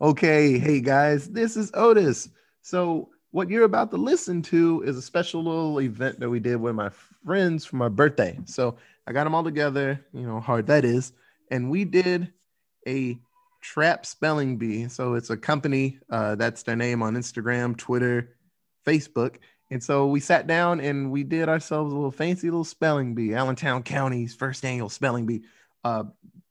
Okay, hey guys, this is Otis. So, what you're about to listen to is a special little event that we did with my friends for my birthday. So, I got them all together, you know, how hard that is. And we did a trap spelling bee. So, it's a company uh, that's their name on Instagram, Twitter, Facebook. And so, we sat down and we did ourselves a little fancy little spelling bee, Allentown County's first annual spelling bee. Uh,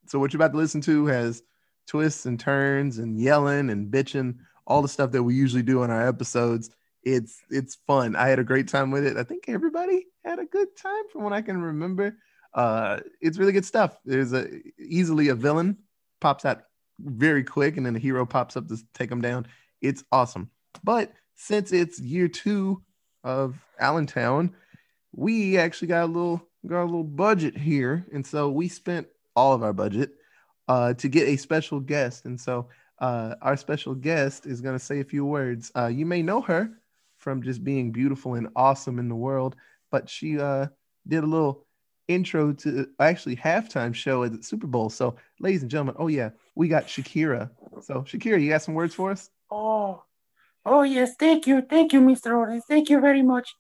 so, what you're about to listen to has twists and turns and yelling and bitching, all the stuff that we usually do in our episodes. It's it's fun. I had a great time with it. I think everybody had a good time from what I can remember. Uh, it's really good stuff. There's a easily a villain pops out very quick, and then a hero pops up to take them down. It's awesome. But since it's year two of Allentown, we actually got a little got a little budget here, and so we spent all of our budget uh, to get a special guest. And so uh, our special guest is going to say a few words. Uh, you may know her from just being beautiful and awesome in the world, but she uh, did a little intro to actually halftime show at the Super Bowl. So, ladies and gentlemen, oh yeah, we got Shakira. So, Shakira, you got some words for us? Oh, oh yes, thank you, thank you, Mr. Otis, thank you very much.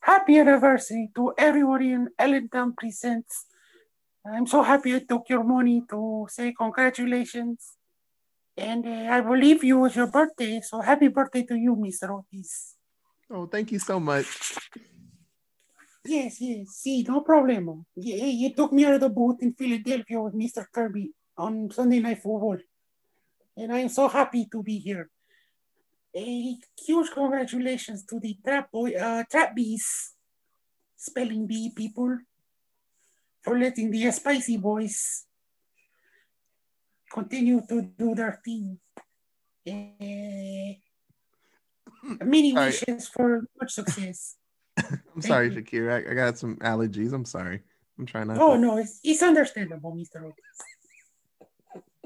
Happy anniversary to everybody in Allentown Presents. I'm so happy I took your money to say congratulations. And uh, I believe you was your birthday, so happy birthday to you, Mr. Otis. Oh, thank you so much. Yes, yes, see, no problem. Yeah, you took me out of the booth in Philadelphia with Mr. Kirby on Sunday Night Football. And I am so happy to be here. A huge congratulations to the Trap Boy, uh, Trap Bees, Spelling Bee people for letting the Spicy Boys continue to do their thing. Eh, many Sorry. wishes for much success. I'm sorry, you. Shakira. I, I got some allergies. I'm sorry. I'm trying not. oh to... no, it's, it's understandable, Mr. Otis.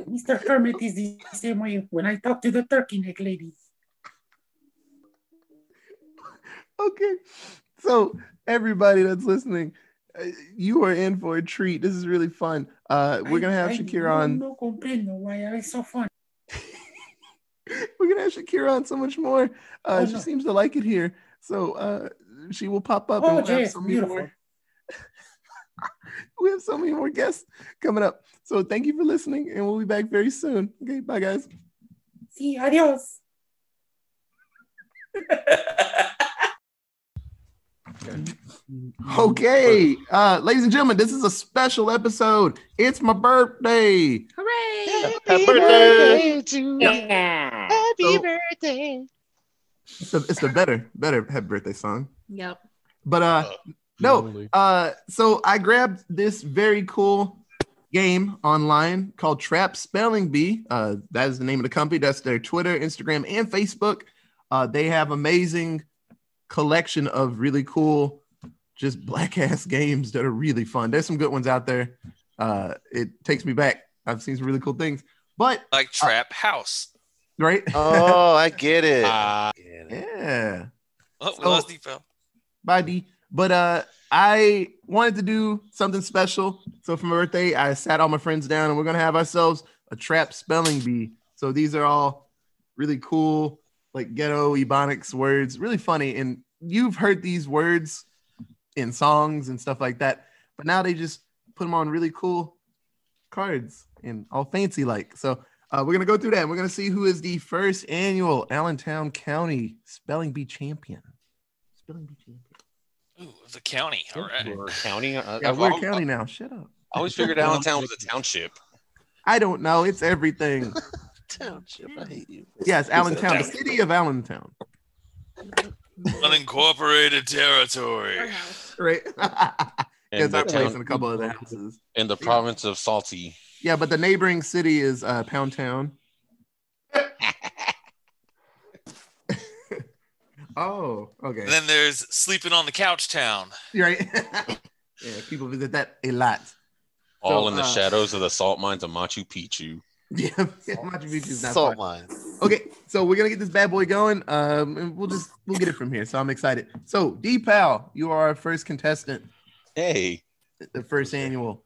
Mr. Kermit is the same way when I talk to the turkey neck lady. okay. So everybody that's listening, uh, you are in for a treat. This is really fun. Uh, we're gonna have I- I Shakira on. No comprendo why are it's so fun. We're gonna have Shakira on so much more. Uh, Oh, she no. seems to like it here, so uh, she will pop up. Oh, and we'll have yes, so many beautiful. more. we have so many more guests coming up. So thank you for listening, and we'll be back very soon. Okay, bye guys. See, adios. Okay, uh, ladies and gentlemen, this is a special episode. It's my birthday. Hooray! Happy birthday. to you. Yeah. Happy So- birthday. It's the, it's the better, better happy birthday song. Yep. But uh, no, Lonely. Uh, so I grabbed this very cool game online called Trap Spelling Bee. Uh, that is the name of the company. That's their Twitter, Instagram, and Facebook. Uh, they have amazing collection of really cool, just black ass games that are really fun. There's some good ones out there. Uh, it takes me back. I've seen some really cool things. But Uh, like trap house. right, Oh, I get it. Ah, Get it. yeah. Oh, we so- lost Defoe. Bye, D. But uh, I wanted to do something special. So for my birthday, I sat all my friends down, and we're gonna have ourselves a trap spelling bee. So these are all really cool, like ghetto ebonics words, really funny. And you've heard these words in songs and stuff like that, but now they just put them on really cool cards and all fancy like. So uh, we're gonna go through that. And we're gonna see who is the first annual Allentown County Spelling Bee champion. Spelling Bee champion. Ooh, the county. All right. Or county. I, Yeah, I- we're I- county now. Shut uh, up. I always figured Allentown was a township. I don't know. It's everything. Township, I hate you. Yes, Allentown, the town. city of Allentown. Unincorporated territory. Right. And Because I the, place in town, a couple of the houses. and the province of Salty. Yeah, but the neighboring city is uh, Pound Town. oh, okay. And then there's sleeping on the couch town. You're right. yeah, people visit that a lot. All So, in the uh, shadows of the salt mines of Machu Picchu. Yeah, Machu Picchu is not far. Salt mine. Okay, so we're gonna get this bad boy going. Um, and we'll just we'll get it from here. So I'm excited. So D Pal, you are our first contestant, Hey, at the first annual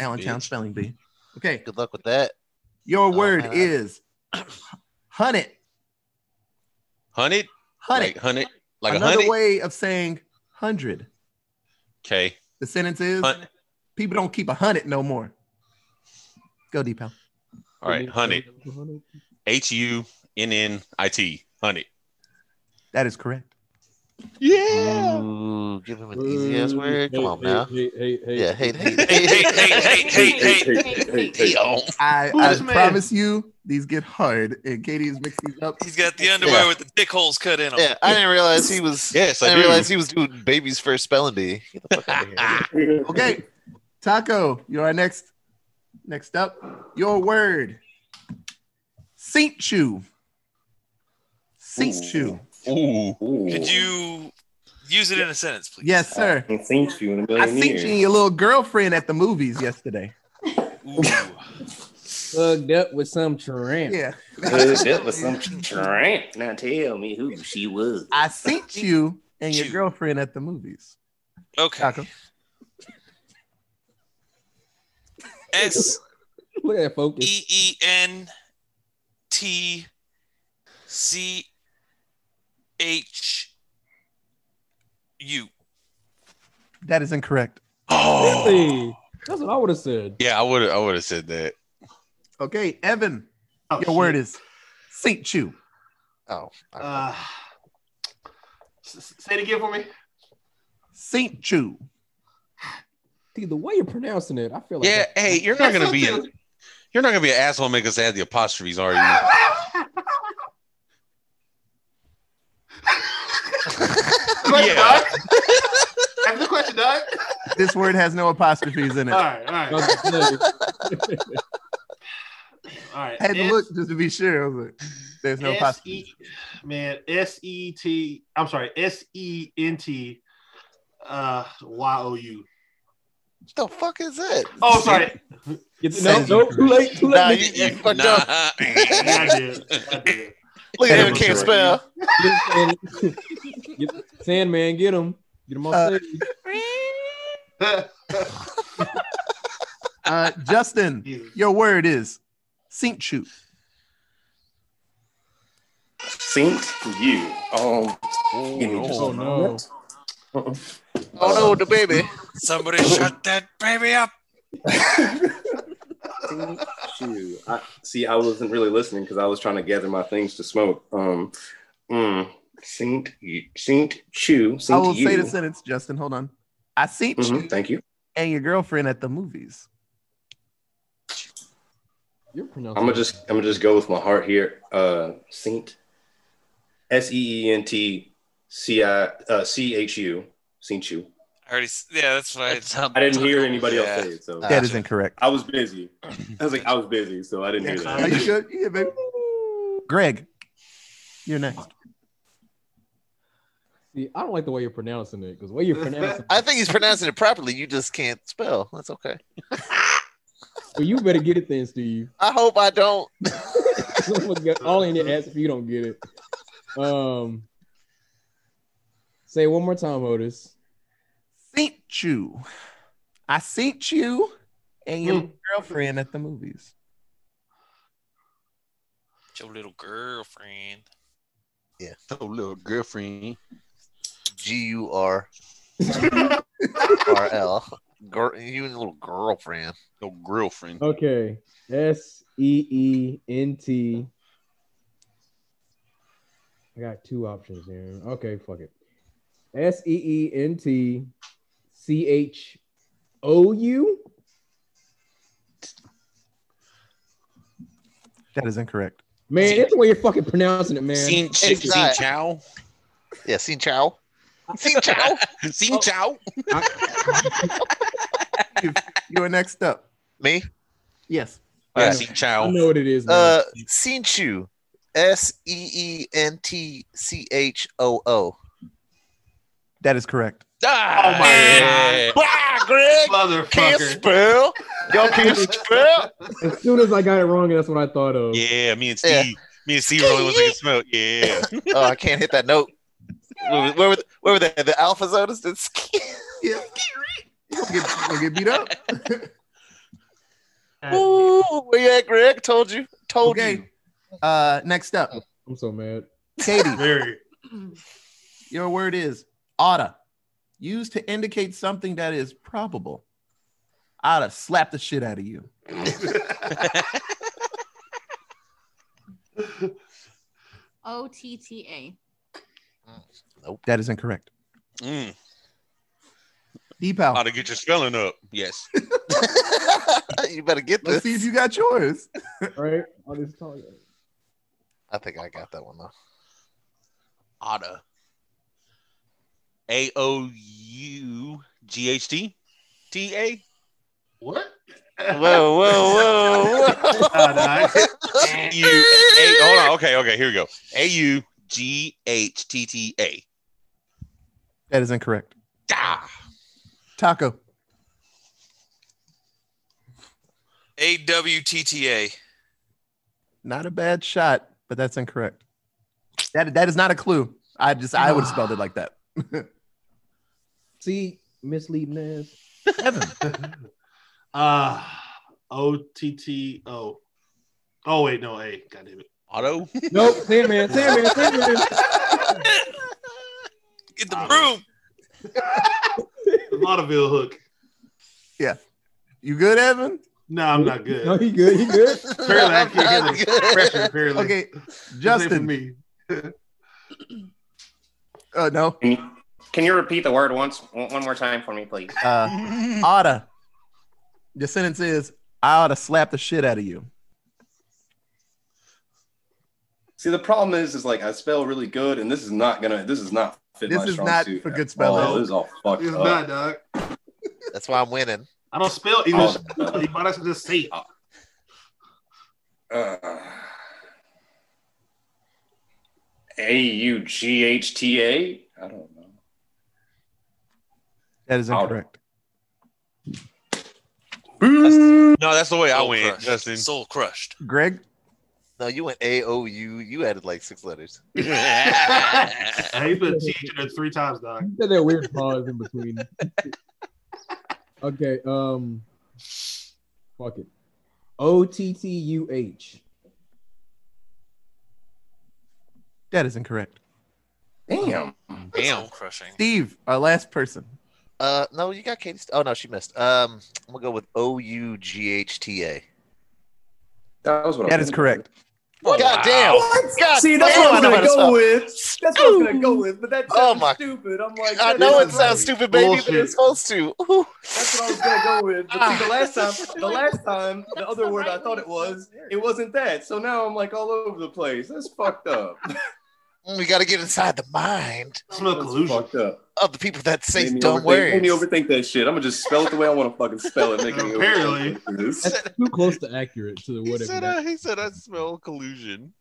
Allentown Bitch. Spelling Bee. Okay, Good luck with that. your Oh, word man, I- is Hunt it. Hunted? Hunt Like it. hunted? Like a Another hunted? way of saying hundred. Okay. The sentence is Hunt. people don't keep a hundred no more. Go deep, pal. All right. Hunted. H U N N I T. Hunted. That is correct. Yeah. Ooh, give him an easy ass word. Come on now. Hey, hey, hey. Yeah, hate, hate, Hey, hey, hey, hey, hey, hey. Hey, oh. I, Who I this man? promise you, these get hard. And Katie is mixing these up. He's got the underwear Yeah. with the dick holes cut in them. Yeah, I didn't realize he was. Yes, I I didn't do. realize he was doing baby's first spelling bee. Get the fuck out of here. Okay, Taco, you're our next. Next up, your word. Cinchu. Cinchu. Ooh. Could you use it in a sentence, please? Yes, sir. I haven't seen you in a I million cinched years. you and your little girlfriend at the movies yesterday. Ooh. Plugged up with some tramp. Yeah. Hooked up with some tramp. Now tell me who she was. I sent you and your Chew. girlfriend at the movies. Okay. Taco. S Look at that focus. E E N T E C H U. That is incorrect. Oh. Really? That's what I would have said. Yeah, I would have I would have said that. Okay, Evan, Oh, your shit. word is sent you. Oh, I- Uh, s- s- say it again for me. Sent you. Dude, the way you're pronouncing it, I feel like Yeah, hey, you're not gonna be a, you're not gonna be an asshole and make us add the apostrophes, are you? question Yeah. done? Have the question done? This word has no apostrophes in All it. right, all right, that's good. all right. I had to S- look just to be sure. I was like, There's no S apostrophes. E man S E T. I'm sorry, S E N T. Uh, Y O U. what the fuck is it? Oh, sorry. Get- no, no, too late, too Nah, late. you, you fucked up. Yeah, I did. I did. Look at him, I'm can't sorry. spell. Get Sandman- get- Sandman, get him. Get him on Uh, stage. Uh, Justin, Jesus. your word is sent you. Seen you. Um, give me just Oh, a no. moment. Oh no, the baby. Somebody shut that baby up. Shoot. I, see, I wasn't really listening because I was trying to gather my things to smoke. Um, mm, seen you, seen chew, seen I will you. say the sentence, Justin. Hold on. I sent Mhm, you Thank you. and your girlfriend at the movies. You're pronouncing I'm gonna just, I'm gonna just go with my heart here. Uh, Saint, S E E N T C I uh, C H U, Saint you. I already. s- Yeah, that's what I. I didn't hear anybody Yeah. else say it, so That is incorrect. I was busy. I was like, I was busy, so I didn't hear Are you that. good? Yeah, baby. Greg, you're next. See, I don't like the way you're pronouncing it because the way you're pronouncing it, I think he's pronouncing it properly. You just can't spell. That's okay. well, you better get it then, Steve. I hope I don't. All in your ass if you don't get it. Um, say it one more time, Otis. sent you. I sent you and your girlfriend at the movies. Your little girlfriend. Oh little girlfriend. G U R R L. Girl, you and your little girlfriend. Your girlfriend. Okay. S E E N T. I got two options here. Okay, fuck it. S E E N T C H O U. That is incorrect. Man, that's the way you're fucking pronouncing it, man. Seen Hey, seen Zai. chow. Yeah, seen Chow. Seen Chow. Seen chow. You are next up. Me? Yes. Yeah, Alright. seen I chow. know what it is. man. Uh, Sinchu. S E E N T C H O O. That is correct. Ah, Oh, my yeah. Bye, Greg. Can't Motherfucker. spell. Y'all can't spell. as soon as I got it wrong, that's what I thought of. Yeah, me and Steve. Yeah. Me and Steve really wasn't gonna smell. Yeah. Oh, I can't hit that note. Where was, where was, where was that? The alpha zonas? That's Yeah. You'll get, you'll get beat up. Ooh, where you at, Greg? Told you. Told okay. you. Uh, next up, I'm so mad. Katie, Very. your word is oughta, used to indicate something that is probable. Oughta slap the shit out of you. O T T A. That is incorrect. Mm, how Deepow, to get your spelling up? Yes. you better get this. let's see if you got yours. All right. I'll just tell you. I think I got that one though. Otta. A O U G H T T A. What? Whoa, whoa, whoa, Nah, nah, U A. Hold on. Okay. Okay. Here we go. A U G H T T A. That is incorrect. Da. Taco, A W T T A. not a bad shot, but that's incorrect. That that is not a clue. I just I would have spelled it like that. See, misleading ass. Evan, Uh, O T T O. Oh wait, no A. God damn it. Auto. Nope. Sandman. Sandman. Sandman. Get the Uh, broom. Laudaville hook. you good, Evan? No, I'm not good. No, he good. He good. whoa. Apparently, I can't I'm get not the pressure. good. Apparently, Okay, Same for Justin. me. Uh, no, Can you, can you repeat the word once, one one more time for me, please? uh, oughta. The sentence is, I oughta slap the shit out of you. See, the problem is, is like I spell really good, and this is not gonna. This is not fit This my is strong not suit for at good all. spelling. This is all fucked It's up. not, dog. That's why I'm winning. I don't spell English. Oh. you might as well just say it. Uh, A U G H T A? I don't know. That is Oughta. incorrect. No, that's the way I Soul win, crushed. Justin. Soul crushed. Greg, No, you went A O U. You added like six letters. I hate put T H in there three times, dog. He said that weird pause in between. okay. Um. Fuck it. O T T U H. that is incorrect. Damn. Damn. Soul crushing. Steve, our last person. Uh, no, you got Katie. St- oh no, she missed. Um, I'm gonna go with O U G H T A. That was what That I is correct. God damn! God See, that's what damn, I'm I know gonna how to go spell. with. That's what I'm gonna go with. But that's Oh my- stupid. I'm like, I that know is it sounds right. stupid, baby, but Bullshit. it's supposed to. Ooh. That's what I was gonna go with. But see, the last time, the last time, the other word I thought it was, it wasn't that. So now I'm like all over the place. That's fucked up. Mm, We got to get inside the mind I smell That's collusion. fucked up. of the people that say Made me dumb overthink- words. Made me overthink that shit. I'm gonna just spell it the way I want to fucking spell it. Making me Apparently. overthink this. That's too close to accurate to the he, whatever. said, uh, that- I, he said, I smell collusion.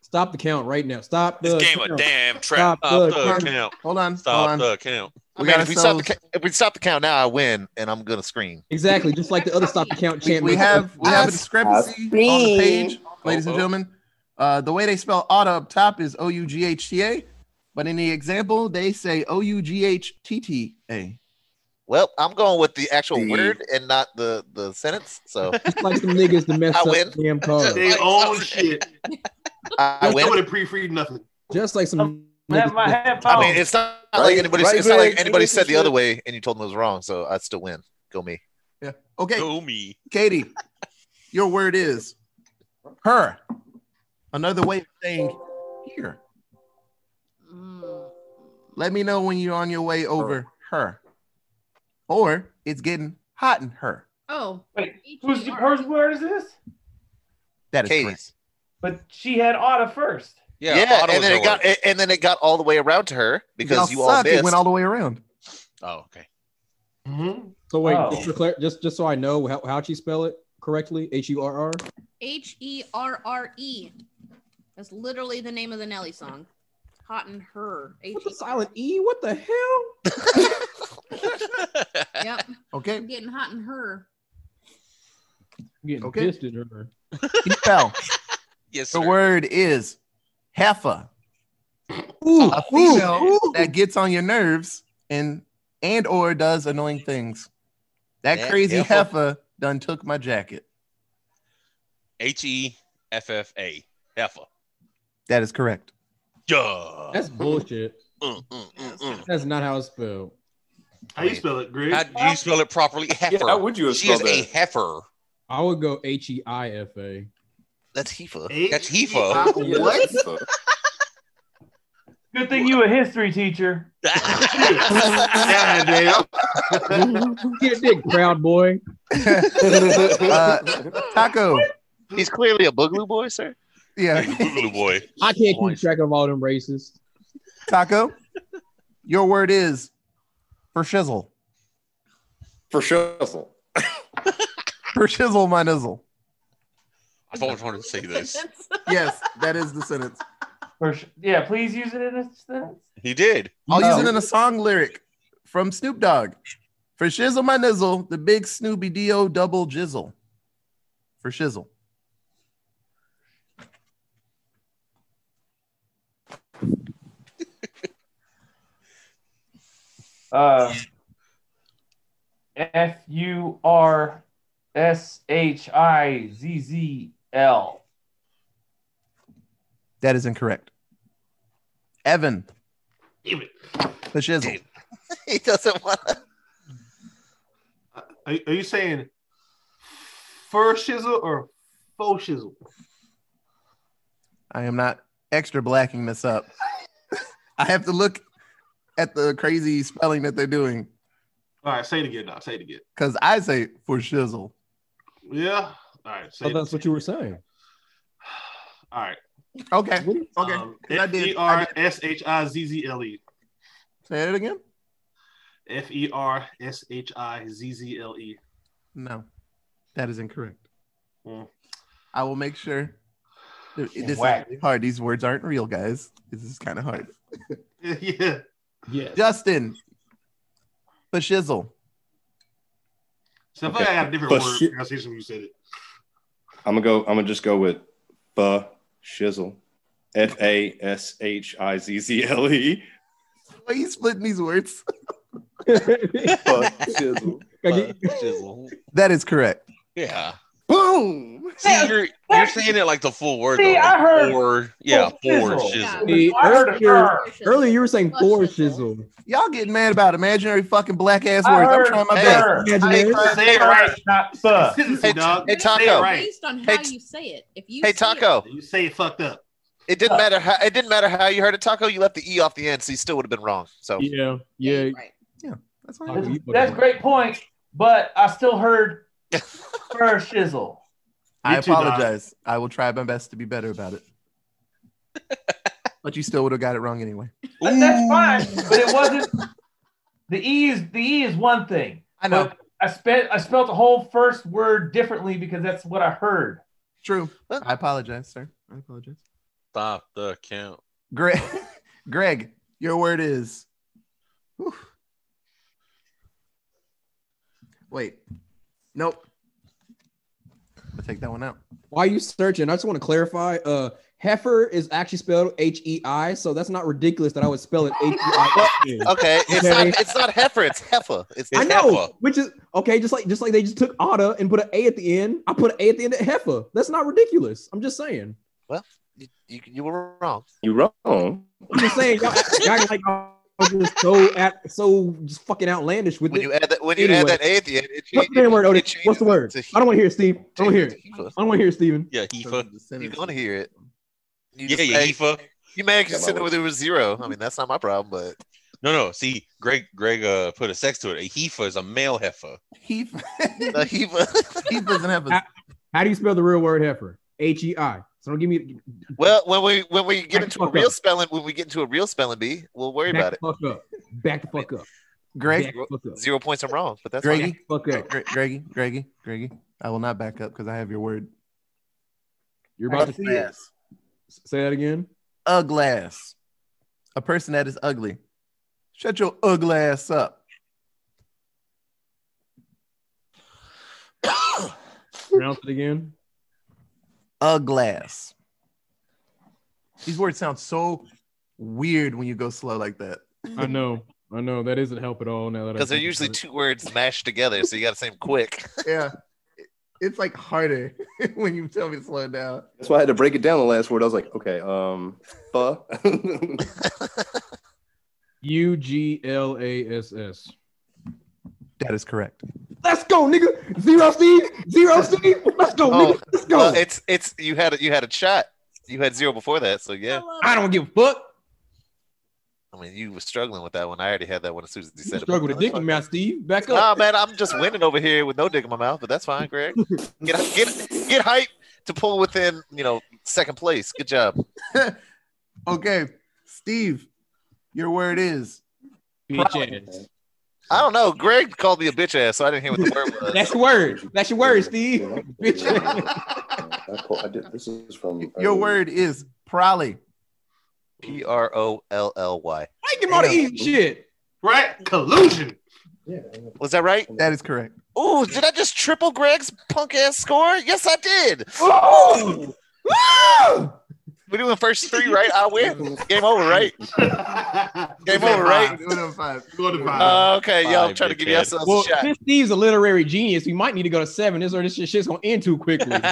Stop the count right now. Stop the This game a count. damn Stop trap. Stop the the count. count. Hold on. hold on. Stop the count. I We mean, got if we, stop the, ourselves- ca- if we stop the count now, I win, and I'm gonna scream. Exactly, just like the other stop the count We, champ. we have we have a discrepancy on the page, ladies and Uh-oh. gentlemen. Uh, the way they spell auto up top is O U G H T A, but in the example they say O U G H T T A. Well, I'm going with the actual The- word and not the the sentence, so just like some niggas to mess I up win. the damn card. They own shit. I I would win. have pre-freed nothing. Just like some Have niggas. my head I mean, it's not like Right- anybody. right, it's not Greg? like anybody This said is the other it. way, and you told them it was wrong, so I still win. Go me. Okay, Go me. Katie, your word is her. Another way of saying here. Mm. Let me know when you're on your way over her. Or it's getting hot in her. Oh. Wait, H E R. word is this? That is correct. Katie's. But she had Otta first. Yeah. Yeah, Otto and was then her it got word. and then it got all the way around to her because you Y'all all suck, missed. It went all the way around. Oh, okay. Mhm. So wait, Oh. just, for clar- just just so I know how how she spell it correctly. H U R R. H E R R E. That's literally the name of the Nelly song. Hot and her. H What the E R. silent E? What the hell? Yep. Okay. I'm getting hot and her. I'm getting Okay. pissed at her. Deepel, yes, the sir. word is heifer. Ooh, A female that gets on your nerves and and or does annoying things. That That crazy heifer. heifer done took my jacket. H E F F A. Heffa. That is correct. Yeah. That's bullshit. That's not how it's spelled. How you spell it, Greg? How do you spell it properly? Heifer. how would you have she is spelled a that? heifer. I would go H E I F A. That's heifer. H- That's E heifer. Yeah, that's Good thing you a history teacher. God damn. Get a dick, proud boy. Uh, Taco. He's clearly a boogaloo boy, sir. Yeah. Boogaloo boy. I can't keep track of all them races. Taco, your word is for shizzle. For shizzle. For shizzle, my nizzle. I've always wanted to say this. Yes, that is the sentence. For sh- yeah, please use it in a sentence. He did. I'll No. use it in a song lyric from Snoop Dogg. For shizzle, my nizzle, the big Snoopy D.O. double jizzle. For shizzle. Uh, F U R S H I Z Z L. That is incorrect. Evan. Damn it. The shizzle. He doesn't want to. Are, are you saying fur shizzle or faux shizzle? I am not extra blacking this up. I have to look at the crazy spelling that they're doing All right, say it again now. Say it again. because I say for shizzle. Yeah. All right. Say Oh, it. that's what you were saying. All right. Okay. Okay. Um, I did- I did. F E R S H I Z Z L E. Say it again. F E R S H I Z Z L E. No, that is incorrect. Mm. I will make sure. This is Whack. really hard. These words aren't real, guys. This is kind of hard. Yeah. Yes. Justin, for shizzle. So I feel like I got a different But word shit- pronunciation when you said it. I'm gonna go. I'm gonna just go with fa shizzle, f a s h i z z l e. Why are you splitting these words? Fa shizzle. That is correct. Yeah. Boom. See, you're, you're saying it like the full word. See, though. I heard Four, yeah, four shizzle. shizzle. See, I heard it earlier, first. earlier you were saying four shizzle. Y'all getting mad about imaginary fucking black ass I words. I'm heard trying my fur. best. Imaginary. Say it right. Not sir. Consistency, dog. hey, Say Taco. it right. Based on Hey, how t- you say it. If you Hey, say it- Taco. You say it fucked up. It didn't matter how it didn't matter how you heard it, Taco. You left the E off the end, so you still would have been wrong. So Yeah, yeah. Right. That's fine. Taco, you fucking That's right. great point, but I still heard fur shizzle. I Me too, dog. apologize. I will try my best to be better about it. but you still would have got it wrong anyway. But that's fine. But it wasn't. The e is the e is one thing. I know. But I spent I spelled the whole first word differently because that's what I heard. True. I apologize, sir. I apologize. Stop the count. Greg, Greg, your word is. Whew. Wait, nope. I'll take that one out. Why are you searching? I just want to clarify. Uh, heifer is actually spelled H E I, so that's not ridiculous that I would spell it H E I. okay, it's Okay. not it's not heifer, it's heifer. It's I It's know, heifer. which is okay. Just like just like they just took Otta and put an A at the end. I put an A at the end of heifer. That's not ridiculous. I'm just saying. you, you, you were wrong. You wrong. I'm just saying. Y'all, y'all act like y'all just so at, so just fucking outlandish with When it. you add that when you add Anyway. that A at the end, it What's changes. the damn word, it Otis? changes What's the it word? to he- I don't want to hear it, Steve. I don't want to hear to it. heifer. I don't want to hear it, Steven. Yeah, heifer. You're gonna hear it. You Yeah, just- yeah, hey, heifer. You managed to Yeah, my send it word. with it was zero. I mean, that's not my problem, but No, no. See, Greg, Greg uh, put a sex to it. A heifer is a male heifer. Heath, the heifer. Heath doesn't have a. I- How do you spell the real word heifer? H E I. So don't give me Well, when we when we get Back into the a fuck real up. spelling, when we get into a real spelling bee, we'll worry back about the it. fuck up. Back the fuck up. Greg, Back the fuck up. Zero points I'm wrong, but that's fine. Greggy, Fuck up. Gre- Greggy, Greggy, Greggy. I will not back up because I have your word. You're about to see it. say that again. Uglass. A person that is ugly. Shut your ugly ass up. Pronounce it again. Uglass. These words sound so weird when you go slow like that. I know. I know that doesn't help at all. Now that I Because they're think usually about it. two words mashed together, so you got to say them quick. Yeah. it's like harder when you tell me to slow down. That's why I had to break it down the last word. I was like, okay, um, fuh. U G L A S S. That is correct. Let's go, nigga. Zero Steve. Zero Steve. Let's go, Oh, nigga. Let's go. Well, it's it's you had a- you had a shot. You had zero before that, so yeah. I don't give a fuck. I mean, you were struggling with that one. I already had that one as soon as you said it. Struggle with a dick in my mouth, Steve. Back Nah, up. man, I'm just winning over here with no dick in my mouth, but that's fine, Greg. Get get get hype to pull within, you know, second place. Good job. Okay, Steve, your word is Bitch ass. I don't know. Greg called me a bitch ass, so I didn't hear what the word was. That's your word. That's your word, Steve. Bitch ass. I, quote, I did, this is from Uh, your earlier. word is probably. P R O L L Y. Make him all the easy shit. Right? Collusion. Was that right? That is correct. Oh, did I just triple Greg's punk ass score? Yes, I did. Woo! Woo! We're doing first three, right? I win. Game over, right? Game over, right? One out of five. Go to five. Uh, okay, y'all, I'm Five, trying to give dickhead. yourselves Well, a shot. since Steve's a literary genius, we might need to go to seven. This or this shit- shit's gonna end too quickly.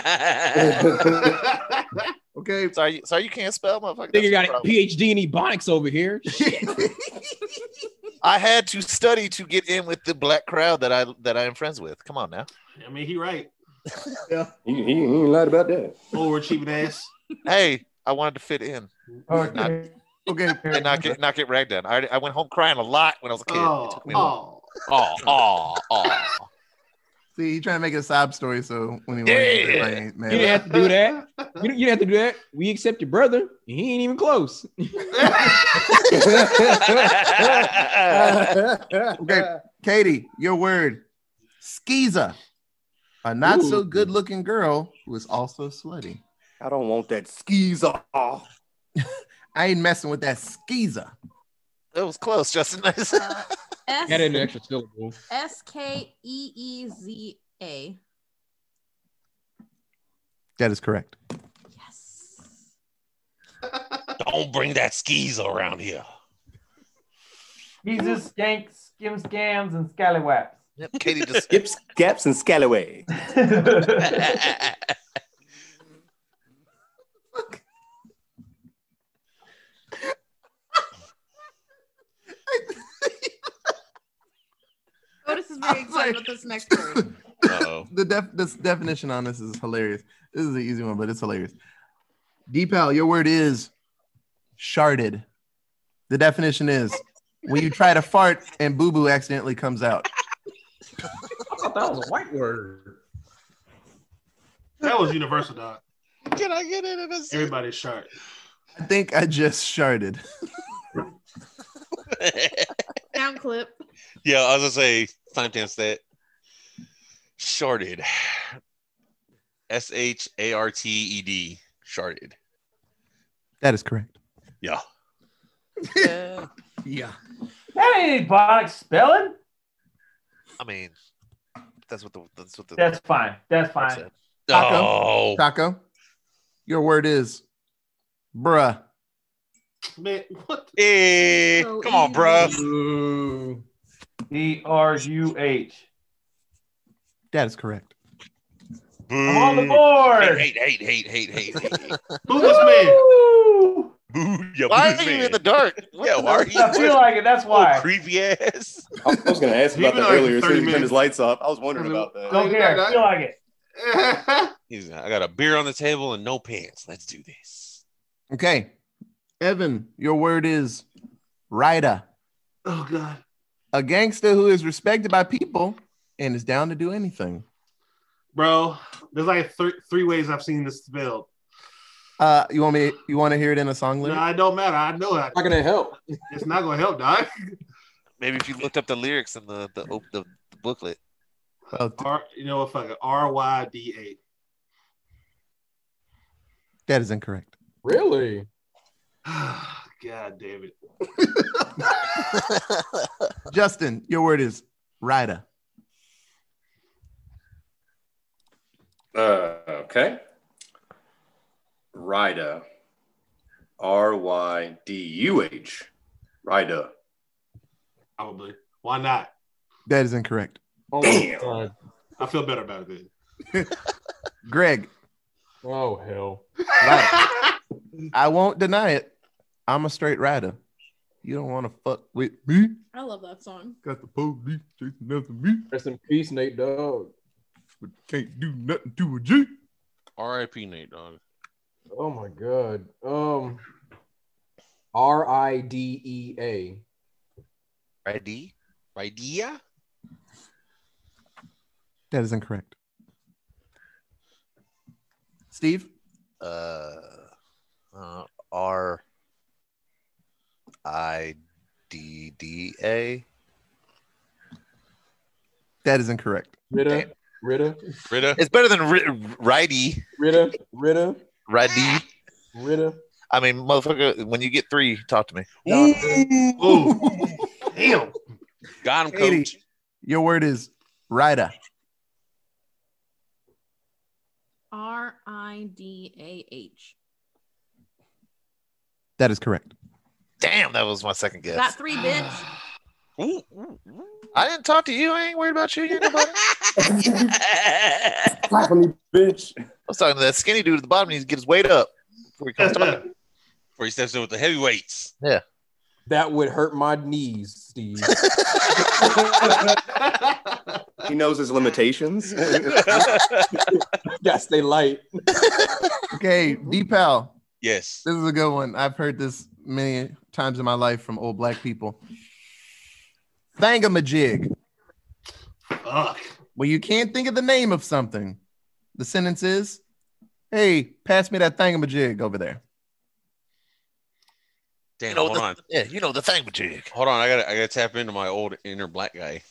Okay, Sorry, sorry, you can't spell, motherfucker. Nigga got That's a your problem. PhD in ebonics over here. I had to study to get in with the black crowd that I that I am friends with. Come on now. I mean, he right. He, he, he ain't lied about that. Overachieving ass. Hey, I wanted to fit in Okay. okay. and not get not get ragged on. I, already- I went home crying a lot when I was a kid. Oh, It took me a oh. while. Oh, oh, oh. See, you trying to make it a sob story, so when he wins, it's like, hey, You didn't man, have to do that. You didn't, you didn't have to do that. We accept your brother, and he ain't even close. Uh, Okay. Katie, your word, skeeza, a not so Ooh. good looking girl who is also slutty. I don't want that skis off. I ain't messing with that skeeza. It was close, Justin. Uh, Add in an S extra syllable. S K E E Z A. That is correct. Yes. Don't bring that skis around here. He's just skanks, skim scams, and scallywaps. Yep, Katie just Skips, gaps, and scallaway. Otis is very I'm sorry. excited about this next word. oh. The def- this definition on this is hilarious. This is the easy one, but it's hilarious. Deepal, your word is sharded. The definition is when you try to fart and boo boo accidentally comes out. I thought that was a white word. That was universal, dog. can I get in this? Everybody's sharp. I think I just sharded. Sound clip. yeah, I was gonna say timestamps that. Sharded. S H A R T E D. Sharded. That is correct. Yeah. Yeah. Yeah. That ain't ebonics spelling. I mean, that's what the that's what the That's fine. That's I fine. said. Oh, Taco, your word is bruh. Man, what? the- eh, So come on, easy. bruh. Ooh. E R U H. That is correct. I'm on the Boo. board. Hate, hate, hate, hate, hate, hate. hate. Who this man? Woo! Boo, yeah, Why boo are you man. in the dark? What Yeah, the- why are you I feel like it. That's oh, why. creepy ass? I was going to ask You've about been that on earlier. So 30 he turned his minutes. lights off. I was wondering about that. Don't care. I feel like it. He's, I got a beer on the table and no pants. Let's do this. Okay. Evan, your word is rider. oh God. A gangster who is respected by people and is down to do anything. Bro, there's like th- three ways I've seen this spelled. Uh, you want me? you want to hear it in a song No, lyric? it don't matter. I know that. Not gonna help. It's not gonna help, dog. Maybe if you looked up the lyrics in the the, op- the, the booklet. Oh, th- R, you know what? Fuck it. R Y D A. that is incorrect. Really? God damn it. Justin, your word is rider. Uh, okay. Rida. R Y D U H. Rida. Probably. Why not? That is incorrect. Oh, Damn. God. I feel better about it. Greg. Oh hell. I won't deny it. I'm a straight rider. You don't want to fuck with me. I love that song. Got the police chasing after me. Rest in peace, Nate Dogg. But can't do nothing to a G. R.I.P. Nate Dogg. Oh my god. Um R I D E A. Ready? Idea? That is incorrect. Steve? Uh, uh, R I D D A. That is incorrect. Ritter. Ritter. Ritter. It's better than ri- righty. Ritter. Ritter. Righty. Ritter. I mean, motherfucker, when you get three, talk to me. Damn. Got him, Katie, coach. your word is rider. R I D A H. That is correct. Damn, that was my second guess. Got three, bitch. I didn't talk to you. I ain't worried about you. You ain't nobody. Clap on me, bitch. I was talking to that skinny dude at the bottom. He needs to get his weight up before he comes talking. Where he steps in with the heavyweights. Yeah. That would hurt my knees, Steve. He knows his limitations. yes, they light. Okay, Deepal. Yes. This is a good one. I've heard this many times in my life from old black people. Thangamajig. Fuck. Well, you can't think of the name of something. The sentence is, "Hey, pass me that thangamajig over there." Damn, You know, hold the, on. Yeah, you know the thing with you. Hold on. I gotta I gotta tap into my old inner black guy.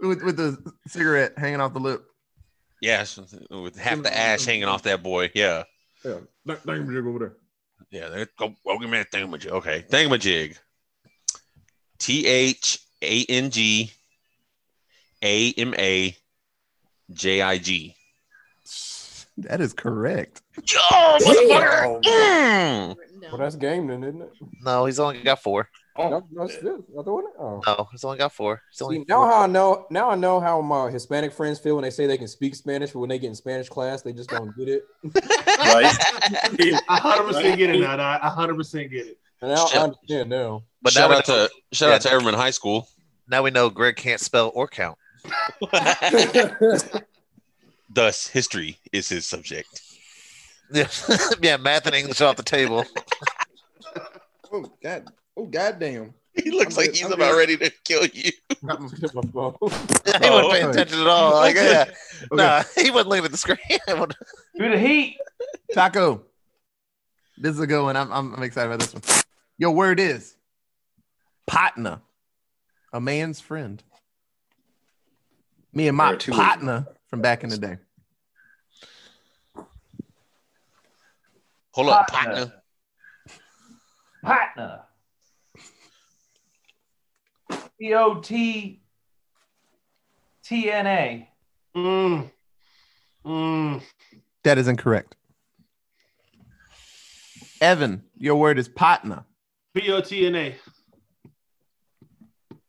With, with the cigarette hanging off the lip. Yeah, with half the ash hanging off that boy. Yeah. Yeah, thangamajig over there. Yeah, there go go give me that thingamajig. Okay. Thingamajig. T H A N G A M A J I G. That is correct. Yo, Oh, motherfucker. Mm. Well, that's game then, isn't it? No, he's only got four. No, that's this. Other one? Oh. No, he's only got four. He's only See, now how I know now I know how my Hispanic friends feel when they say they can speak Spanish, but when they get in Spanish class, they just don't get it. Right? I hundred percent get it now. dog. I hundred percent get it. And now I understand now. But shout now we out know- to shout yeah. out to Everman High School. Now we know Greg can't spell or count. Thus, history is his subject. Yeah, yeah math and English off the table. Oh god! Oh goddamn! He looks I'm like good, he's I'm about good. ready to kill you. Hit my phone. he wasn't paying okay. attention at all. Like, yeah. Nah, he wasn't looking at the screen. Through the heat. Taco. This is a good one. I'm, I'm, I'm excited about this one. Your word is partner, a man's friend. Me and There my are two. partner from back in the day. Hold up, Partner. partner. Partner. P O T T N A. Mm. Mm. That is incorrect. Evan, your word is partner. P O T N A.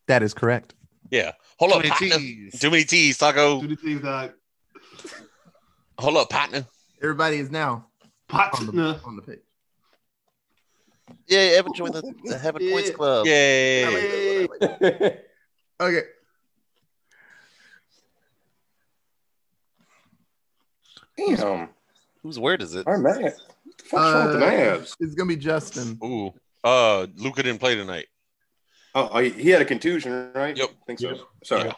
That is correct. Yeah. Hold Too up, many partner. T's. Too many T's, Taco. Do the things dog. Hold up, partner. Everybody is now on the, Partner. on the page. Yeah, Evan joined the, the Heaven Points Club. Yay. Hey. Okay. Damn. Whose word is it? Our Mavs. What the fuck's wrong with the Uh, Mavs? It's going to be Justin. Ooh. Uh, Luca didn't play tonight. Oh, oh, he- he had a contusion, right? Yep. think so. Sorry. Yeah.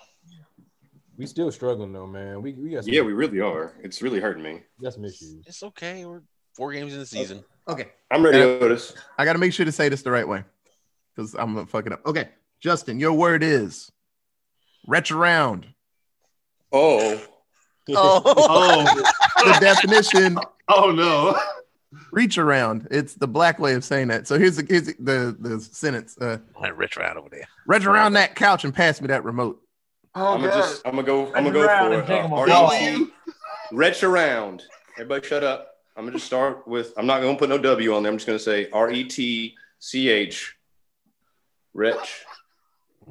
we still struggling though, man. We we got some, Yeah, we really are. It's really hurting me. we got some issues. It's okay. We're four games in the season. Okay. I'm ready, Yeah. Otis. I got to make sure to say this the right way because I'm going to fuck it up. Okay. Justin, your word is retch around. Oh, Oh, Oh. the definition Oh no. reach around it's the black way of saying that so here's the here's the the, the sentence uh that rich round over there. reach around that couch and pass me that remote Oh, I'm gonna just, I'm gonna go, I'm Retch gonna go around for and it. take Uh, him a R-E-T, retch around. Everybody, shut up. I'm gonna just start with. I'm not gonna put no W on there. I'm just gonna say R E T C H. Retch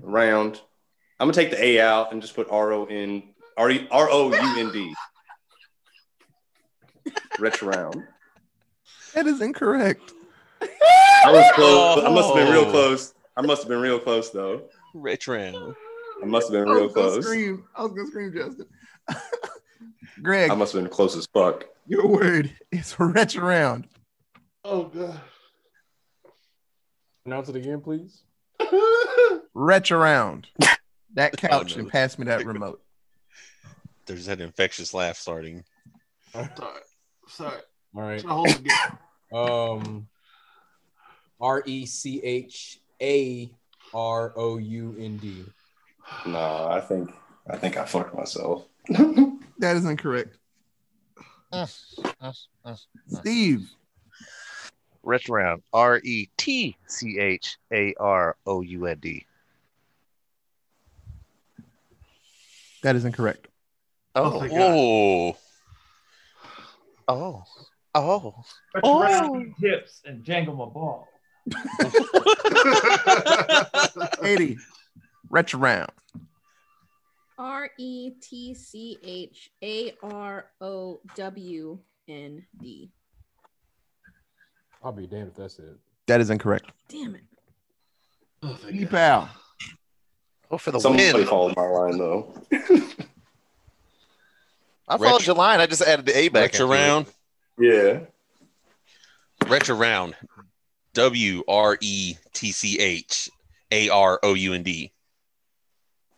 around. I'm gonna take the A out and just put R O N R E R O U N D. Retround. That is incorrect. I was close. I must have been Oh. real close. I must have been real close though. Retround. I must have been I real was gonna close. Oh, scream. I was gonna scream, Justin. Greg, I must have been close as fuck. your word is retround. Oh god. Announce it again, please. Retround. That couch no. and pass me that remote. There's that infectious laugh starting. Sorry. Sorry. All right. Try to hold it together. Um, R E C H A R O U N D. No, I think I think I fucked myself. That is incorrect. Mm, Steve. Retround. R E T C H A R O U N D. That is incorrect. Oh, my Oh, Oh. Oh. Stretch Oh. around your hips and jangle my ball. Katie. Retround. R E T C H A R O W N D. I'll be damned if that's it. That is incorrect. Damn it. Steve Pal. Oh, for the Somebody win. followed my line though. I followed Retro- your line. I just added the A back. after it. retround. Yeah. Retround. W R E T C H A R O U N D.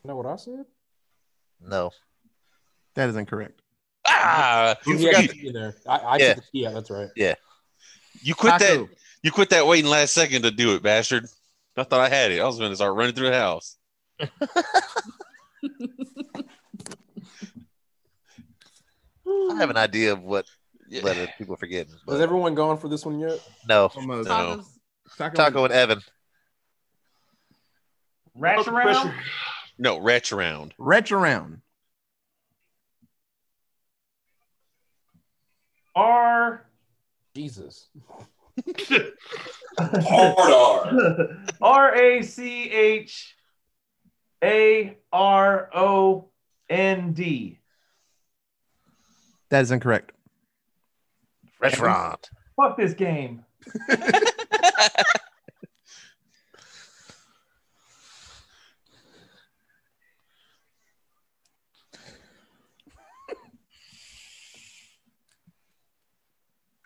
You know what I said? No. That is incorrect. Ah, you yeah, forgot. the key in there. I, I Yeah. took the key out. That's right. Yeah. You quit Taco. that. You quit that waiting last second to do it, bastard. I thought I had it. I was going to start running through the house. I have an idea of what Yeah. letter people are forgetting. Has But everyone gone for this one yet? no. Almost. No. Taco. Taco and Evan. Ratchet Oh, around. pressure. No, retch around. Retround. R Jesus. Hard R. R A C H A R O N D. That is incorrect. Restaurant. Fuck this game.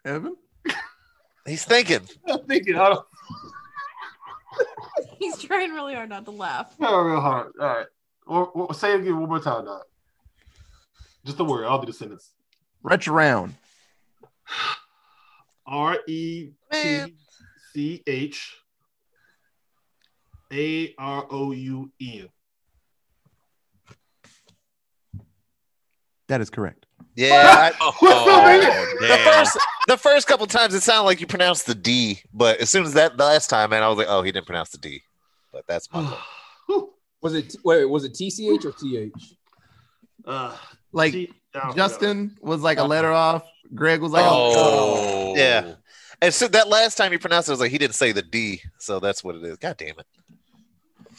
Evan. He's thinking. I'm thinking. Hold on. He's trying really hard not to laugh. No, real hard. All right. Or, or, say it again one more time. Doc. Just a word. I'll do the sentence. Retround. R E T C H A R O U N. That is correct. Yeah. I- Oh, the damn. first the first couple times it sounded like you pronounced the D, but as soon as that the last time, man, I was like, oh, he didn't pronounce the D. But that's my fault. Was it wait? Was it TCH or TH? uh, Like T- I don't know. Justin was like a letter off. Greg was like, oh, Oh, Yeah. And so that last time he pronounced it, I was like, he didn't say the D, so that's what it is. God damn it.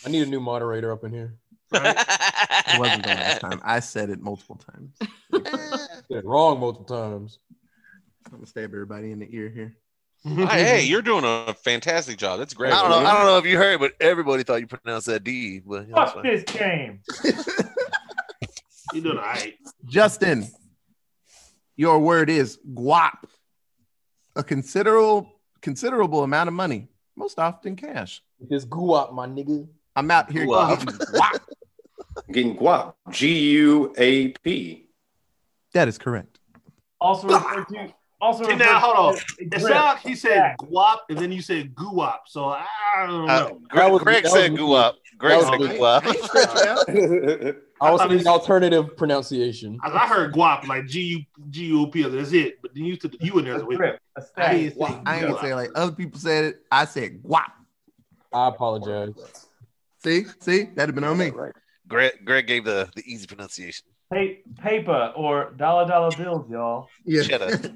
I need a new moderator up in here. it wasn't the last time. I said it multiple times. Said it wrong multiple times. I'm gonna stab everybody in the ear here. hey, you're doing a fantastic job. That's I great. don't know. I don't know if you heard, but everybody thought you pronounced that D. But you know, it's Fuck fine. this game. You doing all right? Justin, your word is guap. A considerable considerable amount of money, most often cash. With this goo up, my nigga. I'm out here Guap. getting guap. Getting guap. G U A P. That is correct. Also referred to. Also Hey, referred now, hold on. to It as a grip. sounded like he said Yeah. guap, and then you said guap. So I don't know. Uh, Gre- That was- Greg that said was- goo up. Greg was said me. goo up. I was thought thinking it was- alternative pronunciation. I, I heard guap like G U G U P. That's it. But then you took the U in there. A With grip. I A stack. didn't say I ain't guap. gonna say like other people said it. I said guap. I apologize. See, see, that'd have been on me. Greg, Greg gave the, the easy pronunciation. Pa- paper or dollar dollar bills, y'all. Yeah. Shut up.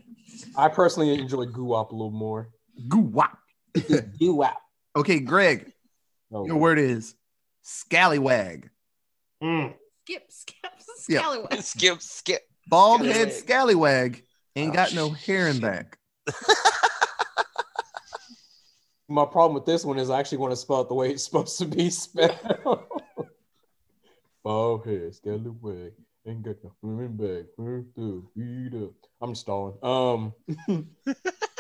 I personally enjoy goo up a little more. Guap. Goo up. Okay, Greg, Oh, your word is scallywag. Mm. Skip, skip, Yeah. scallywag. Skip, skip. Bald head scallywag Oh, Ain't got no hair in back. My problem with this one is I actually want to spell it the way it's supposed to be spelled. Bow hair, scallywag, ain't got no women back. Where's the beat up? I'm stalling. Um.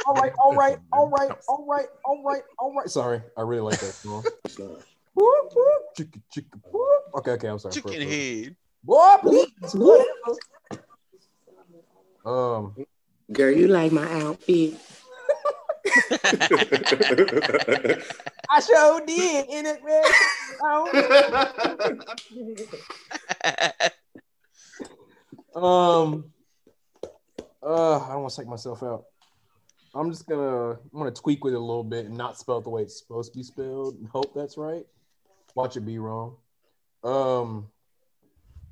all right, all right, all right, all right, all right, all right. Sorry, I really like that song. Whoop, whoop, chicka, chicka, whoop. Okay, okay, I'm sorry. Chicken Whoop, head. whoop. Whoop, please, whatever. Um, Girl, you like my outfit. I sure did in it, man. I don't- um, uh, I don't want to psych myself out. I'm just gonna I'm gonna tweak with it a little bit and not spell it the way it's supposed to be spelled and hope that's right. Watch it be wrong. Um,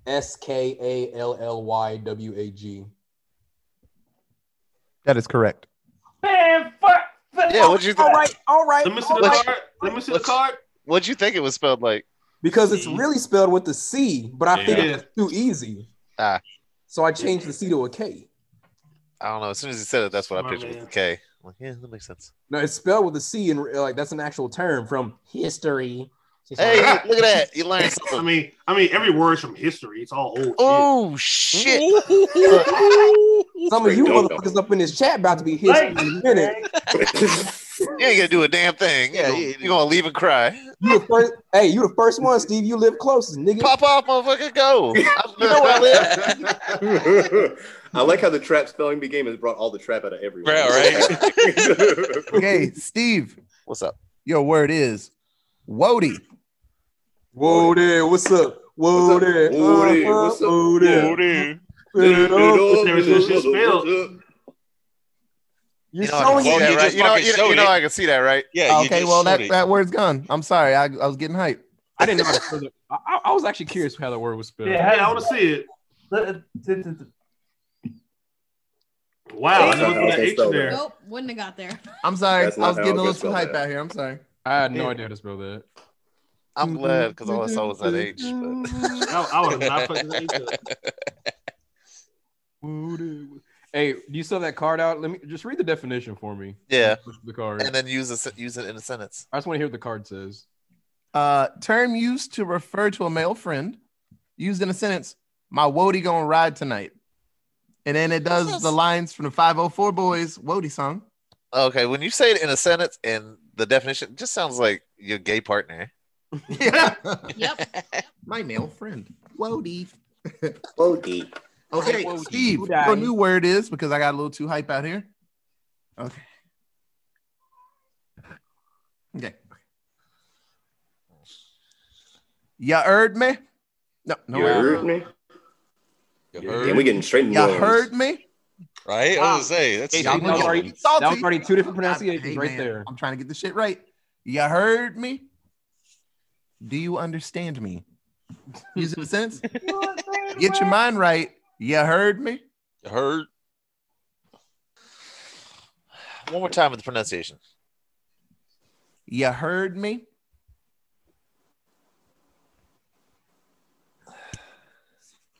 S K A L L Y W A G. That is correct. Man, fuck. Yeah, what'd you think? All right, all right. Let me see all the right. card. Let me see the card. What'd you think it was spelled like? Because it's really spelled with the C, but I figured Yeah. it's too easy. Ah. So I changed the C to a K. I don't know. As soon as he said it, that's what I Smart pictured with man. the K. I'm like, yeah, that makes sense. No, it's spelled with a C, and like that's an actual term from history. Hey, look at that. You learned something. I mean, I mean, every word's from history. It's all old. Oh shit! Some of you motherfuckers up in this chat about to be history in a minute. You ain't gonna do a damn thing. Yeah, you are gonna leave and cry. You the first, hey, you the first one, Steve. You live closest, nigga. Pop off, motherfucker, go. you know where I live. I like how the trap spelling bee game has brought all the trap out of everyone. okay, Steve. What's up? Your word is Wody. Whoa there, what's up? Whoa there, Whoa there, uh-huh, what's up? whoa there. Whoa there. You're You know, I can showing see it. that, You right? just You know, you fucking know, showed you know it. I can see that, right? okay, well that, that word's gone. I'm sorry. I, I was getting hyped. I didn't know. How to spell it. I, I- I was actually curious how that word was spelled. Yeah, I want to see it. Wow, I know it's with an H in there. Nope, wouldn't have got there. I'm sorry. That's I not was how it getting a was little too spelled hyped out. out here. I'm sorry. I had no idea how to spell that. I'm glad because all I saw was that H. But I, I would have not put that H up. Hey, do you sell that card out? Let me just read the definition for me. Yeah. The card. and then use a, se- use it in a sentence. I just want to hear what the card says. Uh, term used to refer to a male friend, used in a sentence. My Wody gonna ride tonight, and then it does the lines from the 504 Boys Wody song. Okay, when you say it in a sentence and the definition, it just sounds like your gay partner. My male friend Wody. Wody. Okay, Wody. Steve. Who Your died? new word is because I got a little too hype out here. Okay. Okay. You heard me? No, no. You heard me? heard Yeah, we getting straight in the You norms. heard me? Right? I was gonna say that's Y'all y'all niggas already- salty. that was already two different I- pronunciations right there. I'm trying to get the shit right. You heard me? Do you understand me? Use it in a sentence. get your mind right. You heard me? You heard. One more time with the pronunciation. You heard me?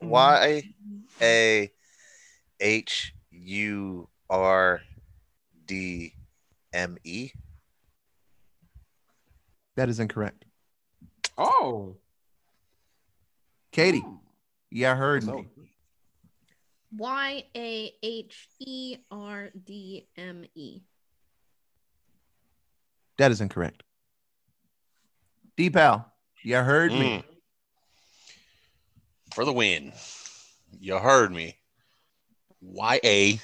Y A H U R D M E. That is incorrect. Oh. Katie, you heard me. Y A H E R D M E. That is incorrect. Deepal, you heard Mm. me. for the win. You heard me. Y A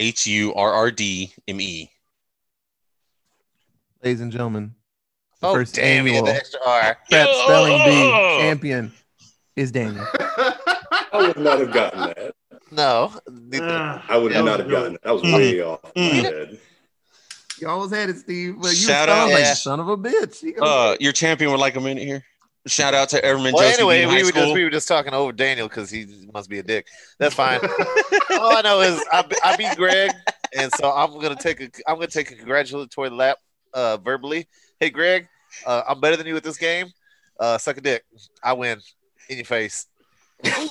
H U R R D M E. Ladies and gentlemen, Oh, damn, he had Oh. the extra R. Prep Yo! Spelling Bee champion is Daniel. I would not have gotten that. No. I would Yeah. not have gotten that. That was Mm. way off. my Mm. head. You always had it, Steve. But you Shout Shout out- out, like Yeah. son of a bitch. You go- Uh, your champion would like a minute here. Shout out to Everman Well, Joseph anyway, anyway, High we were, School. just, we were just talking over Daniel because he must be a dick. That's fine. All I know is I, be- I beat Greg, and so I'm gonna take a I'm gonna take a congratulatory lap uh, verbally. Hey, Greg, uh, I'm better than you at this game. Uh, suck a dick. I win in your face. And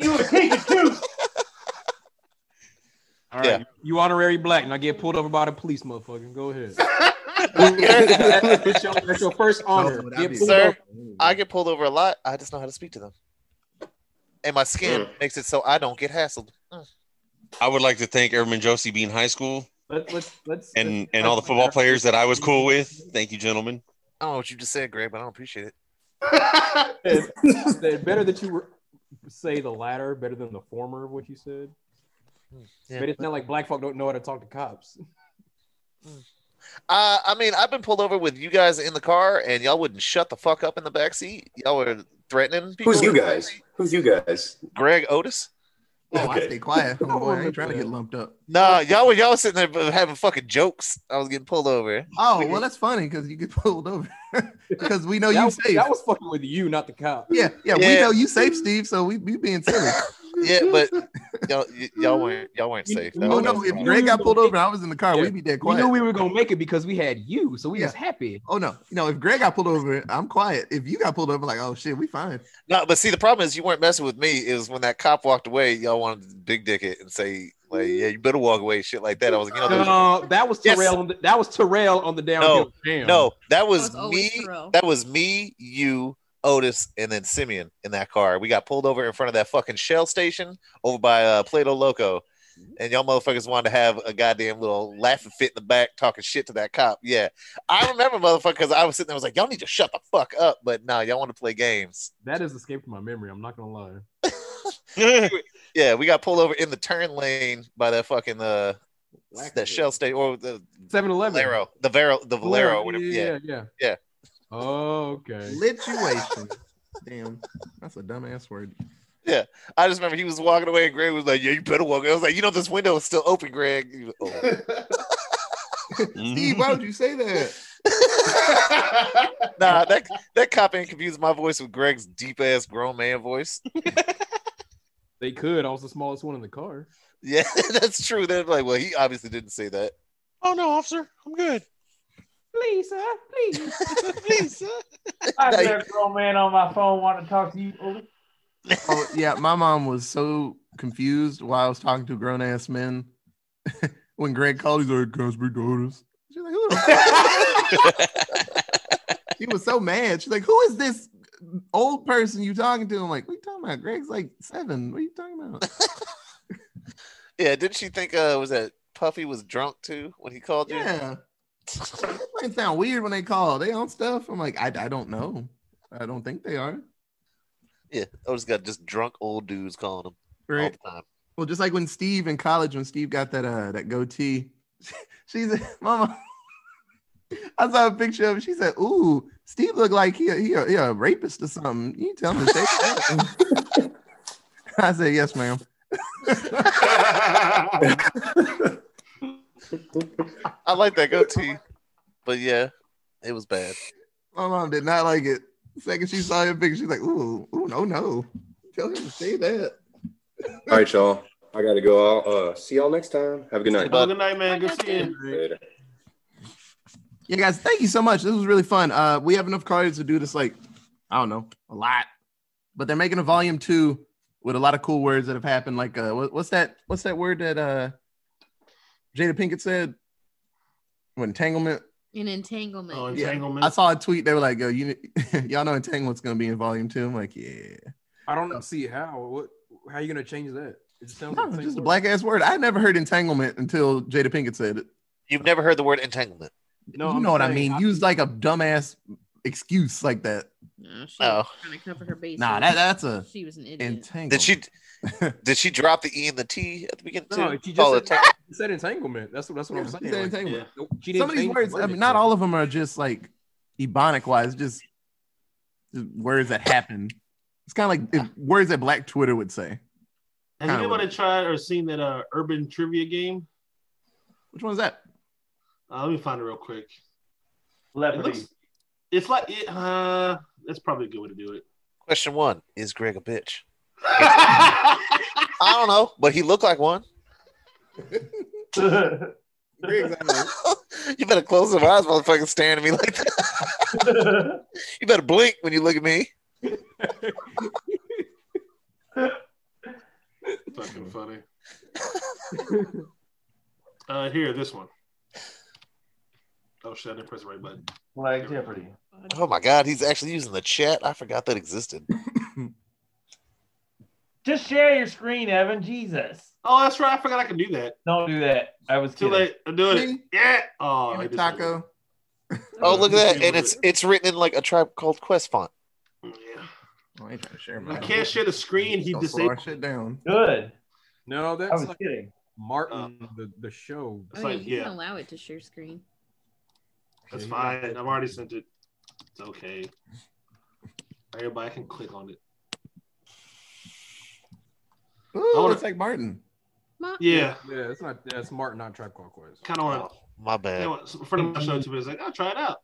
you would take it too. All right, Yeah. you honorary black, and I get pulled over by the police, motherfucker. Go ahead. that's, your, that's your first honor. Get pulled Sir, over. I get pulled over a lot. I just know how to speak to them. And my Hmm. skin makes it so I don't get hassled. I would like to thank Airman Josie being high school Let, let's let's and and all the football players that I was cool with. Thank you, gentlemen. I don't know what you just said, Greg, but I don't appreciate it. It's better that you were, say the latter better than the former of what you said. Yeah. but it's not like black folk don't know how to talk to cops. Uh, I mean, I've been pulled over with you guys in the car, and y'all wouldn't shut the fuck up in the back seat. Y'all were threatening people. Who's you guys? Who's you guys? Greg Otis. Oh, I stay quiet. Oh, boy, I ain't trying to get lumped up. Nah, y'all were y'all were sitting there having fucking jokes. I was getting pulled over. Oh, well, that's funny because you get pulled over because we know that you was, safe. That was fucking with you, not the cop. yeah, yeah, we Yeah. know you safe, Steve. So we we being silly. yeah, but y'all y- y'all weren't y'all weren't safe. That oh was- that no, was if the problem. Greg got pulled over, and I was in the car. Yeah. We'd be dead We quiet. knew we were gonna make it because we had you, so we was happy. Oh no, no, if Greg got pulled over, I'm quiet. If you got pulled over, like, oh shit, we fine. No, but see, the problem is you weren't messing with me. Is when that cop walked away, y'all wanted to big dick it and say like, yeah, you better walk away, shit like that. I was like, you know, there's- No, Uh, that was Yes. Terrell. On the, that was Terrell on the downhill. no, jam. no, that was, That was always me. Terrell. That was me, you, Otis, and then Simeon in that car. We got pulled over in front of that fucking Shell station over by uh, Plato Loco, and y'all motherfuckers wanted to have a goddamn little laughing fit in the back, talking shit to that cop. Yeah, I remember, motherfucker, because I was sitting there, I was like, y'all need to shut the fuck up. But nah, y'all want to play games. That is escaped from my memory. I'm not gonna lie. yeah, we got pulled over in the turn lane by that fucking uh that shell state or the 7-Eleven. Valero, the Vero, the Valero, Valero, whatever. yeah, Yeah, yeah, yeah. Oh, okay. Lituation. Damn, that's a dumbass word. Yeah, I just remember he was walking away, and Greg was like, "Yeah, you better walk." I was like, "You know, this window is still open, Greg." He was- oh. Mm-hmm. Steve, why would you say that? nah, that that cop ain't confused my voice with Greg's deep ass grown man voice. They could. I was the smallest one in the car. Yeah, that's true. They're like, "Well, he obviously didn't say that." Oh no, officer, I'm good. Please, sir. Please, please, sir. I got a grown man on my phone wanting to talk to you. Otis. Oh yeah, my mom was so confused while I was talking to grown ass men when Greg called. He's like, "Can I speak to Otis?" She's like, "Who the fuck?" she was so mad. She's like, "Who is this old person you talking to?" I'm like, "What are you talking about? Greg's like seven. What are you talking about?" Yeah, didn't she think uh was that Puffy was drunk too when he called you? yeah, it might sound weird when they call. They on stuff. I'm like, I, I don't know. I don't think they are. Yeah, I just got just drunk old dudes calling him all Right. the time. Well, just like when Steve in college, when Steve got that uh that goatee, she's mama. I saw a picture of. It, she said, "Ooh, Steve looked like he a, he, a, he a rapist or something." You tell him to shake that. I said, "Yes, ma'am." I like that goatee, but yeah, it was bad. My mom did not like it. second she saw your picture, she's like, "Ooh, ooh, no, no, tell him to say that." All right, y'all. I gotta go. I'll uh, see y'all next time. Have a good night. Have a good night, man. Good seeing you. Later. Yeah, guys, thank you so much. This was really fun. Uh, we have enough cards to do this, like, I don't know, a lot. But they're making a volume two with a lot of cool words that have happened. Like, uh, what, what's that? What's that word that uh, Jada Pinkett said? What, entanglement. An entanglement. Oh, Yeah. entanglement. I saw a tweet. They were like, "Yo, you, y'all know entanglement's gonna be in volume two. I'm like, "Yeah." I don't see how. What? How you gonna change that? It just sounds like the It's same just a word. black ass word. I never heard entanglement until Jada Pinkett said it. You've never heard the word entanglement. No, you I'm know what I saying, mean. I- Use like a dumbass excuse like that. No, she No. was trying to cover her base. Nah, that, that's a She was an idiot. entanglement. Did she did she drop the E and the T at the beginning too? No, she just Oh, said, entang- she said entanglement. That's what. That's what I'm Yeah, she saying. said Like, entanglement. no, she didn't some of these change the words, I word. mean, not all of them are just like ebonic wise, just, just words that happen. It's kind of like if, words that Black Twitter would say. Have Kinda you what ever tried or seen that uh, urban trivia game? Which one is that? Uh, let me find it real quick. It Leopard. looks, it's like it. Uh, that's probably a good way to do it. Question one: Is Greg a bitch? I don't know, but he looked like one. You better close your eyes, motherfucker, staring at me like that. you better blink when you look at me. Fucking funny. Uh, here, this one. Oh shit! I didn't press the right button. Black Jeopardy. Oh my God, he's actually using the chat. I forgot that existed. Just share your screen, Evan. Jesus. Oh, that's right. I forgot I could do that. Don't do that. I was Too kidding. late. I'm doing it. Yeah. Oh, I just- Taco. Oh, look at that, and it's it's written in like a tribe called Quest font. Oh, I ain't trying to share I mine. can't share the screen. He Don't slow our disabled. shit down. Good. No, I that's was like kidding. Martin, Uh, the, the show. Oh, yeah, you can allow it to share screen. That's fine. I've already sent it. It's okay. Everybody can click on it. Ooh, I wanna- it's like Martin. Yeah. Yeah, it's not. That's Martin, not Trap Call Quest. Kind of Oh, want to. My You bad. know, what, a friend of mine showed it to me. It's like, I'll try it out.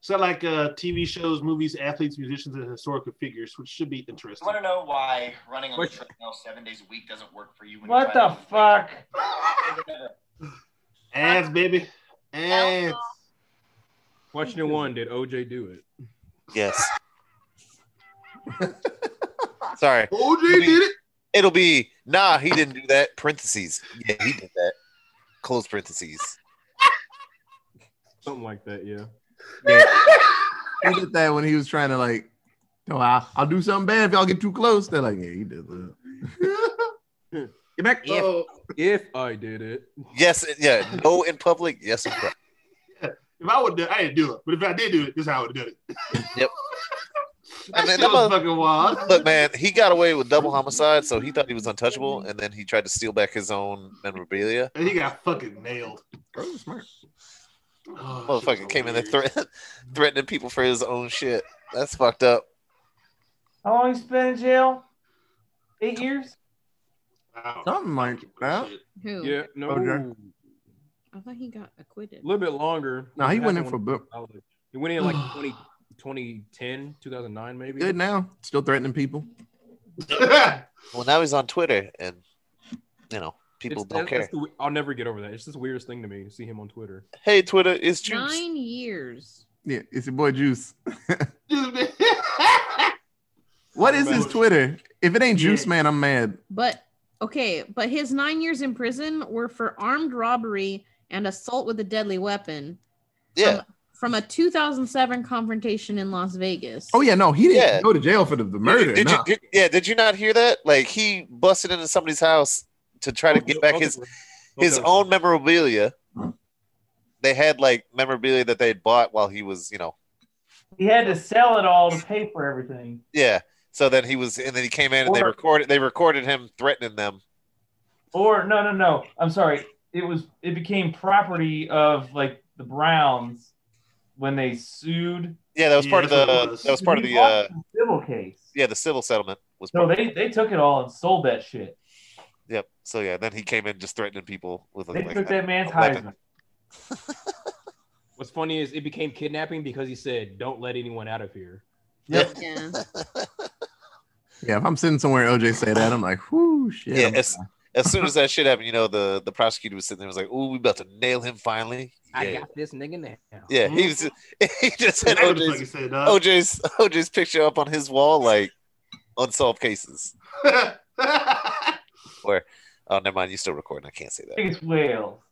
So like uh, TV shows, movies, athletes, musicians, and historical figures, which should be interesting. want to know why running on What? the treadmill seven days a week doesn't work for you? When What you're the fuck? Ads, baby. Ads. Question one: Did OJ do it? Yes. Sorry. OJ Oh, did it. It'll be nah. He didn't do that. Parentheses. Yeah, he did that. Close parentheses. Something like that. Yeah. He did that when he was trying to like, no, I'll, I'll do something bad if y'all get too close. They're like, yeah, he did that. Get back. If- Oh, if I did it, Yes. Yeah. No in public. Yes. in private. If I would, do, I didn't do it. But if I did do it, this is how I would do it. Yep. That I mean, shit that was mother- fucking wild. Look, man, he got away with double homicide, so he thought he was untouchable, and then he tried to steal back his own memorabilia. And he got fucking nailed. Bro, smart. Oh, shit Motherfucker was came in there hilarious. threat- threatening people for his own shit. That's fucked up. How long you spent in jail? Eight years? Wow. Something like that. Who? yeah, no, OJ. I thought he got acquitted. a little bit longer. No, he went in That for one- bu- He went in like 20, 2010, 2009, maybe. Good now. Still threatening people. Well, now he's on Twitter, and you know people It's- don't that's- that's care. the we- I'll never get over that. It's just the weirdest thing to me to see him on Twitter. Hey, Twitter is juice. Nine years. Yeah, it's your boy Juice. Dude, What is his Twitter? If it ain't Juice Yeah. Man, I'm mad. But okay, but his nine years in prison were for armed robbery and assault with a deadly weapon Yeah, from a 2007 confrontation in Las Vegas. Oh yeah, no, he didn't Yeah. go to jail for the, the murder. Did nah. you, did, yeah, did you not hear that? Like he busted into somebody's house to try to get back his his own memorabilia. They had like memorabilia that they had bought while he was, you know, He had to sell it all to pay for everything. yeah. So then he was, and then he came in and they Or- recorded they recorded him threatening them. Or no, no, no. I'm sorry. It was it became property of like the Browns when they sued. Yeah, that was Yeah, part of that's what the it was. that was part of He the uh, lost the civil case. yeah the civil settlement was. So Part they they took it all and sold that shit. yep. So yeah, then he came in just threatening people with They like, took a- that man's a weapon. Heisman. What's funny is it became kidnapping because he said, "Don't let anyone out of here." Yeah. Yeah, if I'm sitting somewhere, and OJ say that, I'm like, whoo, shit. Yeah, I'm- as, as soon as that shit happened, you know, the, the prosecutor was sitting there was like, "Ooh, we about to nail him finally." I Yeah, got this nigga now. Mm-hmm. yeah. He was he just had That was OJ's, fucking said, huh? OJ's OJ's picture up on his wall like unsolved cases. uh, Or oh, never mind, you still recording. I can't say that. Biggest whales.